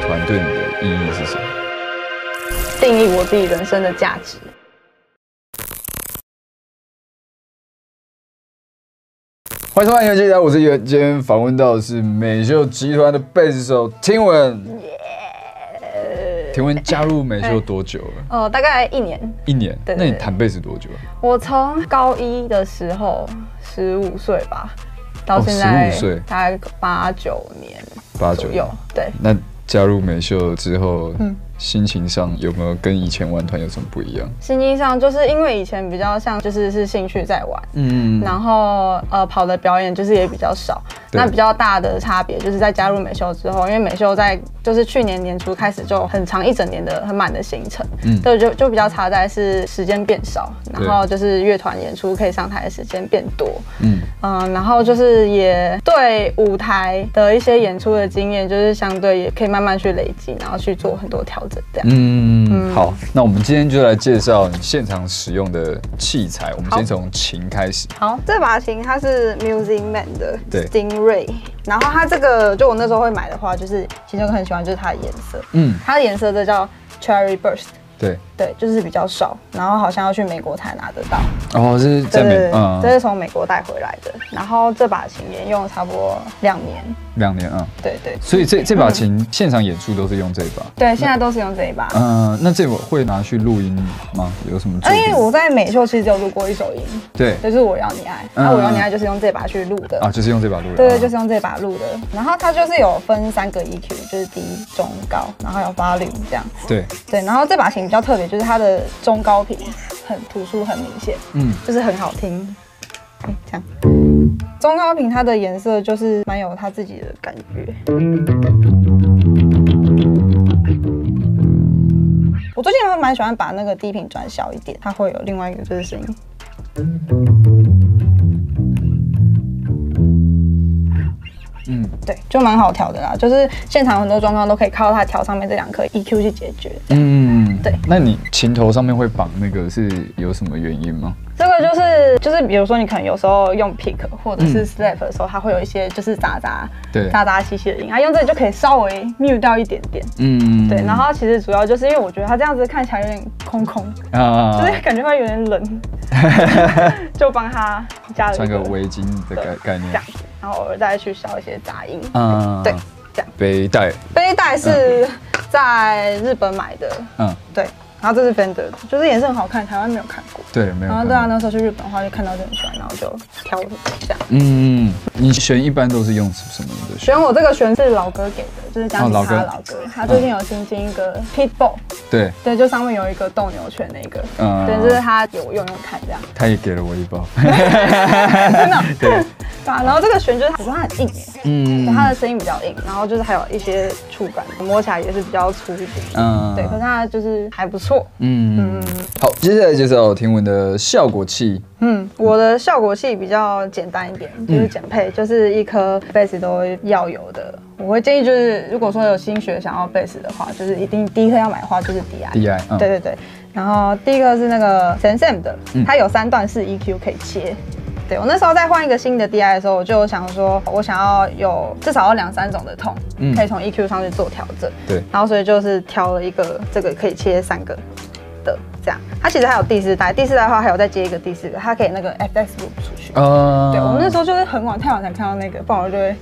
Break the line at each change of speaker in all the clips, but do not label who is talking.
团对你的意义是什么？
定义我自己人生的价值。
欢迎收看《游戏台》，我是元。今天访问到的是美秀集团的贝斯手听闻。听闻加入美秀多久了？
哦，大概一年。
一年。
对对
那
对
你弹贝斯多久？啊
我从高一的时候，十五岁吧，到现在
哦15岁
大概八九年
八九
左右。对，
那加入美秀之后，
嗯
心情上有没有跟以前玩团有什么不一样？
心境上就是因为以前比较像就是是兴趣在玩，
嗯，
然后呃跑的表演就是也比较少。
对
那比较大的差别就是在加入美秀之后，因为美秀在就是去年年初开始就很长一整年的很满的行程，
嗯
嗯，对，就就比较差在是时间变少，然
对
后就是乐团演出可以上台的时间变多，
嗯，
嗯，然后就是也对舞台的一些演出的经验，就是相对也可以慢慢去累积，然后去做很多调整，这样。
嗯，好，那我们今天就来介绍你现场使用的器材。我们先从琴开始。
好，这把琴它是 Music Man 的
对
精锐，然后它这个就我那时候会买的话，就是其中一个很喜欢就是它的颜色，
嗯，
它的颜色这叫 Cherry Burst，
对。
对，就是比较少，然后好像要去美国才拿得到，
哦，这是
对
在
对
美，
对，
嗯，
这是从美国带回来的，然后这把琴也用了差不多两年，
两年啊。嗯
对对
所以这这把琴现场演出都是用这把。
对，现在都是用这一把。
嗯，那这把会拿去录音吗？有什么作
啊，因为
品？
我在美秀其实只有录过一首音，
对
就是我要你爱，那、
嗯
我要你爱就是用这把去录的，
啊，就是用这把录的。
对对，就是是用这把录的。然后它就是有分三个 EQ，就是低、中、高，然后有 volume 这样。
对，
对，然后这把琴比较特别，就是它的中高频很突出，很明显，
嗯，
就是很好听。嗯这样，中高频它的颜色就是蛮有它自己的感觉。我最近还蛮喜欢把那个低频转小一点，它会有另外一个就是声音。
嗯，
对，就蛮好调的啦。就是现场很多状况都可以靠它调上面这两颗 EQ 去解决。
嗯，
对。
那你琴头上面会绑那个是有什么原因吗？
这个就是就是，比如说你可能有时候用 pick 或者是 slap 的时候，它会有一些就是杂杂
嗯对
杂杂兮兮的音，它用这个就可以稍微 mute 掉一点点。
嗯，
对，然后其实主要就是因为我觉得它这样子看起来有点空空，
啊
就是感觉会有 点冷，就帮它加了
穿
一
个
个
围巾的概概
这
念
样。子，然后偶尔再去消一些杂音。
嗯，
对，这样
背带，
背带是在日本买的，
嗯，
对，然后这是 Fender，的就是颜色很好看，台湾没有看过。
对，没有看
然
过。
后对啊，那时候去日本的话，就看到就很喜欢，然后就挑了一下。
嗯，你弦一般都是用什么的弦？
选我这个选是老哥给的，就是讲
哦老
吉
哥嗯
他的老哥，他最近有新进一个 Pitbull，
对，
对，就上面有一个斗牛犬那个，
嗯
对，就是他给我用用看这样，
他也给了我一包。
嗯真的，
对
对啊。然后这个弦就是它，我觉得它很硬耶，
嗯
对，它的声音比较硬，然后就是还有一些触感，摸起来也是比较粗一点，
嗯
对，可是它就是还不错。
嗯，好，接下来介绍听闻的效果器。
嗯，我的效果器比较简单一点，
嗯
就是简配，就是一颗贝斯都要有的。我会建议就是，如果说有新学想要贝斯的话，就是一定第一颗要买的话就是 DI。
DI 嗯
对对对。然后第一个是那个 s a n s a m 的，
嗯
它有三段式 EQ 可以切。对我那时候在换一个新的 DI 的时候，我就有想说，我想要有至少要两三种的痛，
嗯
可以从 EQ 上去做调整。
对
然后所以就是挑了一个这个可以切三个的这样。它其实还有第四代，第四代的话还有再接一个第四个，它可以那个 FX loop 出去。
呃，
对我们那 时候就是很晚太晚才看到那个，不然我就会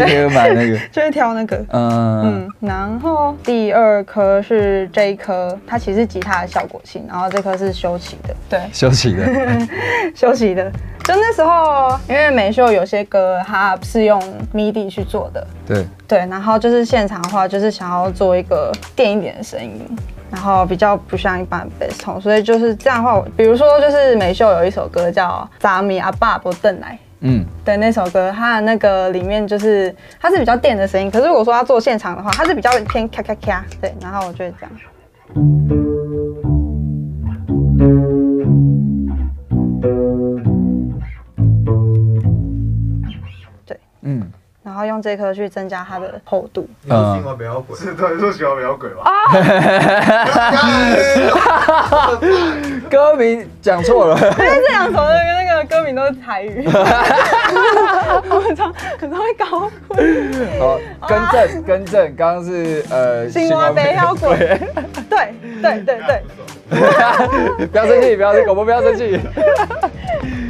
候也有买那个，
就会挑那个。
嗯
嗯，然后第二颗是这一颗，它其实是吉他的效果器，然后这颗是修齐的， 对，
休息的，
修齐的。就那时候，因为美秀有些歌它是用 MIDI 去做的，
对，
对，然后就是现场的话，就是想要做一个电一点的声音，然后比较不像一般的 bass tone，所以就是这样的话，我比如说就是美秀有一首歌叫《扎米阿爸不邓来》。
嗯，
对那首歌，它的那个里面就是它是比较电的声音，可是如果说要做现场的话，它是比较偏咔咔咔，对，然后我就会这样。
嗯，
然后用这颗去增加它的厚 度，
你说喜欢不要鬼， 是对，说喜欢不要鬼吧？
歌名讲错了，
因为这两首的那个歌名名都是台语，我很常很常会搞混。
好，更正更正，刚刚是呃，
啊青蛙
北
杯要滚，对对对对，
不要生气，不要生气，狗狗不要生 气。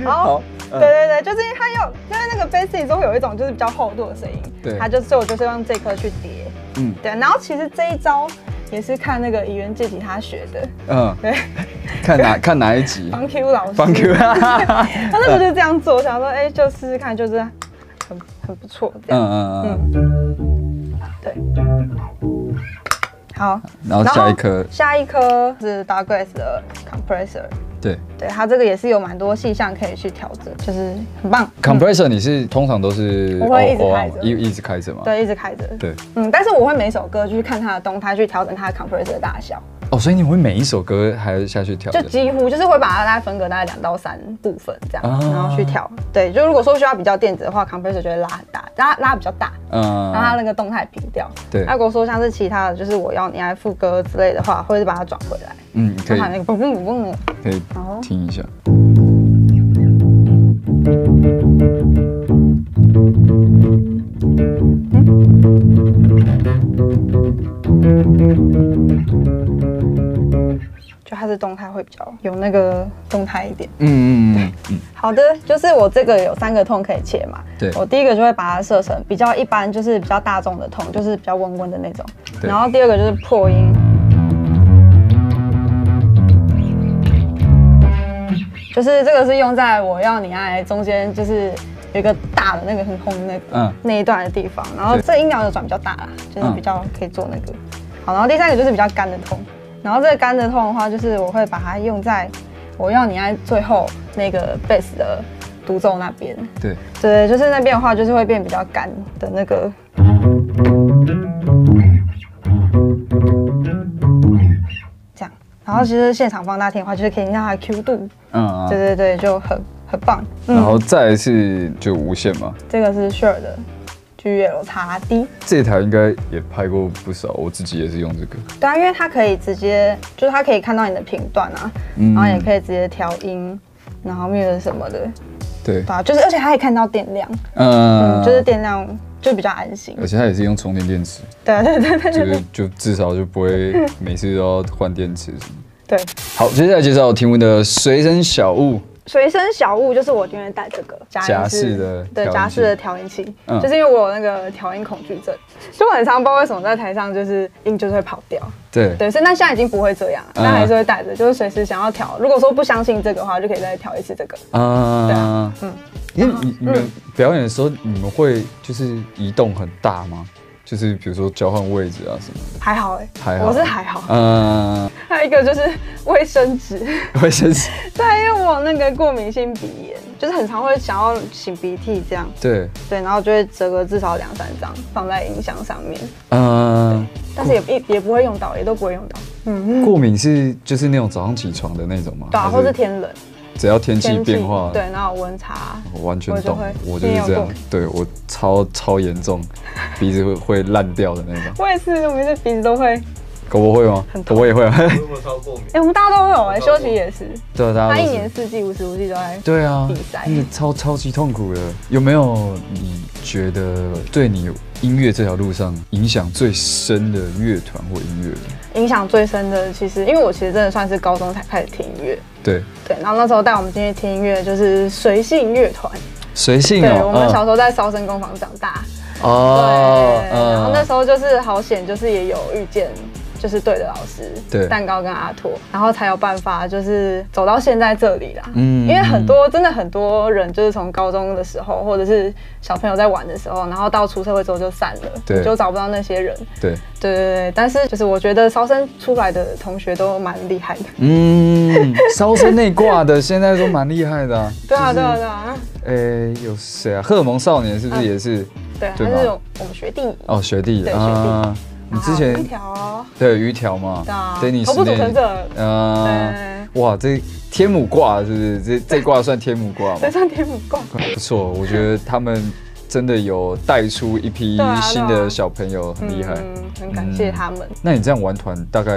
好
好，嗯
对对对，就是因为它有，因为那个杯子里都会有一种就是比较厚度的声音，
对
它就是所以我就是用这颗去叠，
嗯
对，然后其实这一招也是看那个怡园借吉他学的，
嗯，
对，
看哪看哪一集
方 Q 老师，
方 Q
他那时候就这样做，我想说，哎、就试试看，就是很很不错这样。
嗯嗯嗯，
对。好，
然后下一颗，
下一颗是 d a r g r a s 的 compressor，
对
对它这个也是有蛮多细项可以去调整，就是很棒。
，compressor 你是通常都是
我会一直开着
哦哦一一直开着吗？
对，一直开着。
对，
嗯，但是我会每首歌去看它的动态，去调整它的 compressor 的大小，
哦，所以你会每一首歌还要下去调
就
整？
几乎就是会把它大概分隔大概两到三部分这样，
啊
然后去调。对，就如果说需要比较电子的话，compressor 就会拉很大，拉拉比较大，
嗯
让它那个动态平掉。
对
那如果说像是其他的，就是我要你来副歌之类的话，或者是把它转回来，
嗯，可
让
以
它那个嘣嘣嘣嘣。
可以
好
听一下。
就它的动态会比较有那个动态一点。
嗯嗯嗯嗯，
好的，就是我这个有三个痛可以切嘛。
对
我第一个就会把它设成比较一般，就是比较大众的痛，就是比较温温的那种。
对
然后第二个就是破音，就是这个是用在我要你爱中间，就是有一个大的那个很红的那个、
嗯
那一段的地方。然后
对
这音量就转比较大啦，就是
嗯
比较可以做那个。好，然后第三个就是比较干的痛。然后这个干的痛的话，就是我会把它用在我要你按最后那个 bass 的独奏那边。
对，
对，就是那边的话，就是会变比较干的那个。这样，然后其实现场放大听的话，就是可以让它的 Q 度，
嗯啊
对，对对，就很很棒。嗯
然后再来是就无线嘛，
这个是 Sure 的 G L 叉 D，
这台应该也拍过不少，我自己也是用这个。
对啊，因为它可以直接，就是它可以看到你的频段啊，
嗯
然后也可以直接调音，然后 mute 什么的，
对
对，啊，就是而且它可以看到电量，
嗯呃
嗯，就是电量就比较安心。
而且它也是用充电电池，
对啊对对对
就是就至少就不会每次都要换电池什么。
对，
好，接下来介绍题目的随身小物，
随身小物就是我今天带这个夹
夹
音
式的
对
调音
夹
器
式的调音器，
嗯
就是因为我有那个调音恐惧症，就我很常不知道为什么在台上就是音就是会跑掉，
对，
对，所以那现在已经不会这样了，
嗯
但还是会带着，就是随时想要调。如果说不相信这个的话，就可以再调一次这个。对
啊
啊，嗯，
因为你你们表演的时候，你们会就是移动很大吗？就是比如说交换位置啊什么
还好哎、
还好
我是还好。
的，嗯，
还有一个就是卫生纸，
卫生纸，
对，因为我有那个过敏性鼻炎，就是很常会想要擤鼻涕这样，
对，
对，然后就会折个至少两三张放在音箱上面，
嗯，
但是也也也不会用到，也都不会用到。
过敏是就是那种早上起床的那种吗？
对啊，
还
或是天冷、
只要天气
天气
变化，
对，然后有温差，
我完全懂，我
我
就这
就是会你也有
样
过，
对我超超严重，鼻子会会烂掉的那 种。
我也是，我每次鼻子都会，哎、
狗狗会吗？
很
狗
痛
狗也会啊。
如果超过敏，
我们大家都会有哎、
我
休息也是，
对哦啊，大家
他
都
一
是
年四季无时无季都在。
对啊，
比赛
那个超超级痛苦的。有没有你觉得对你音乐这条路上影响最深的乐团或音乐人？
影响最深的，其实因为我其实真的算是高中才开始听音乐，
对，
对，然后那时候带我们进去听音乐就是随性乐团，
随性
对，我们小
哦，
时候在烧身工坊长大，
嗯哦
对，然后那
嗯，
时候就是好险，就是也有遇见。就是对的老师，
对
蛋糕跟阿拓，然后才有办法就是走到现在这里啦。
嗯
嗯，因为很多真的很多人就是从高中的时候，或者是小朋友在玩的时候，然后到出社会之后就散了，
对
你就找不到那些人。
对，
对对对，但是就是我觉得烧生出来的同学都蛮厉害的。
嗯，烧身内挂的现在都蛮厉害的 啊。
对啊
就
对
是
啊对啊，
诶，有谁啊？荷尔蒙少年是不是也是？
对啊，
对
他
吗
是我们学弟。
哦，学弟
对学弟
啊，你之
然后一
前
条哦，
对于条嘛
对啊
，Dennis
头部组成者
啊，哇，这天 母卦是不是？这这卦算天母卦吗
这？算天母挂。
不错，我觉得他们真的有带出一批
对啊对啊
新的小朋友，很厉害。
嗯，很感谢他们。
那你这样玩团大概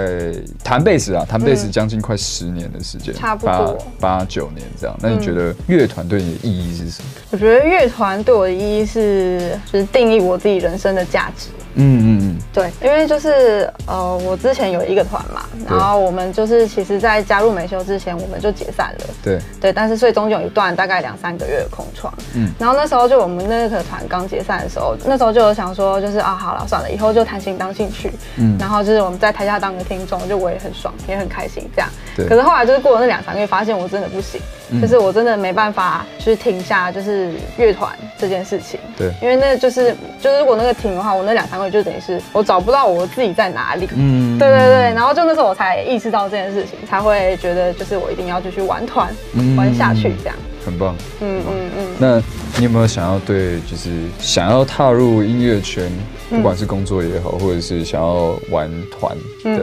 弹贝斯啊，弹贝斯
嗯
将近快十年的时间，
差不多
八八九年这样。那你觉得乐团对你的意义是什么？
我觉得乐团对我的意义是，就是定义我自己人生的价值。
嗯嗯
对，因为就是呃，我之前有一个团嘛，
对
然后我们就是其实，在加入美修之前，我们就解散了。
嗯，对，
对，但是所以中间有一段大概两三个月的空窗，
嗯
嗯，然后那时候就我们那个团刚解散的时候，那时候就有想说，就是啊，好了，算了，以后就弹琴当兴趣，
嗯
嗯，然后就是我们在台下当个听众，就我也很爽，也很开心这样。
对嗯
可是后来就是过了那两三个月，发现我真的不行，就是我真的没办法去停下，就是乐团这件事情。
对
因为那就是就是如果那个停的话，我那两三个月就等于是我找不到我自己在哪里，
嗯，
对对对，然后就那时候我才意识到这件事情，才会觉得就是我一定要继续玩团、
嗯
玩下去这样。
很棒。
嗯嗯嗯，
那你有没有想要对，就是想要踏入音乐圈，
嗯
不管是工作也好，或者是想要玩团的，
嗯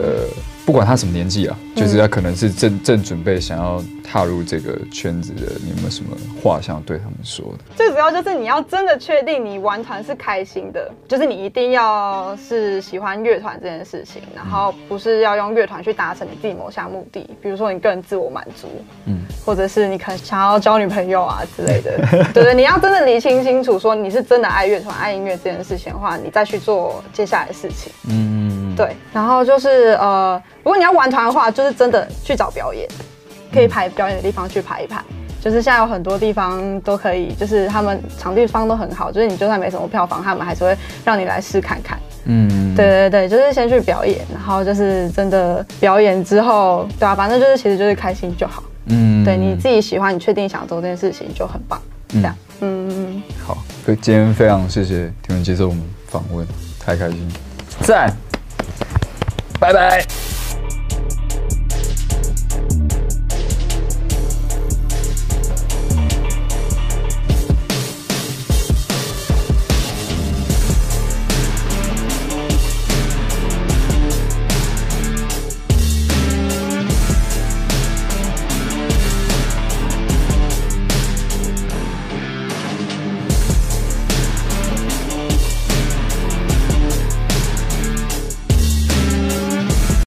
不管他什么年纪啊，就是他可能是正正准备想要踏入这个圈子的，你有没有什么话想要对他们说的？
最主要就是你要真的确定你玩团是开心的，就是你一定要是喜欢乐团这件事情，然后不是要用乐团去达成你自己某项目的，比如说你个人自我满足，
嗯
嗯，或者是你可能想要交女朋友啊之类的。对对，你要真的理清清楚，说你是真的爱乐团、爱音乐这件事情的话，你再去做接下来的事情。
嗯，
对，然后就是呃，如果你要玩团的话，就是真的去找表演，可以排表演的地方去排一排。就是现在有很多地方都可以，就是他们场地方都很好，就是你就算没什么票房，他们还是会让你来试看看。
嗯，
对对对，就是先去表演，然后就是真的表演之后，对啊，反正就是其实就是开心就好。
嗯
对你自己喜欢，你确定想做这件事情就很棒。这样，嗯，嗯
好，所以今天非常谢谢你们接受我们访问，太开心，赞，拜拜。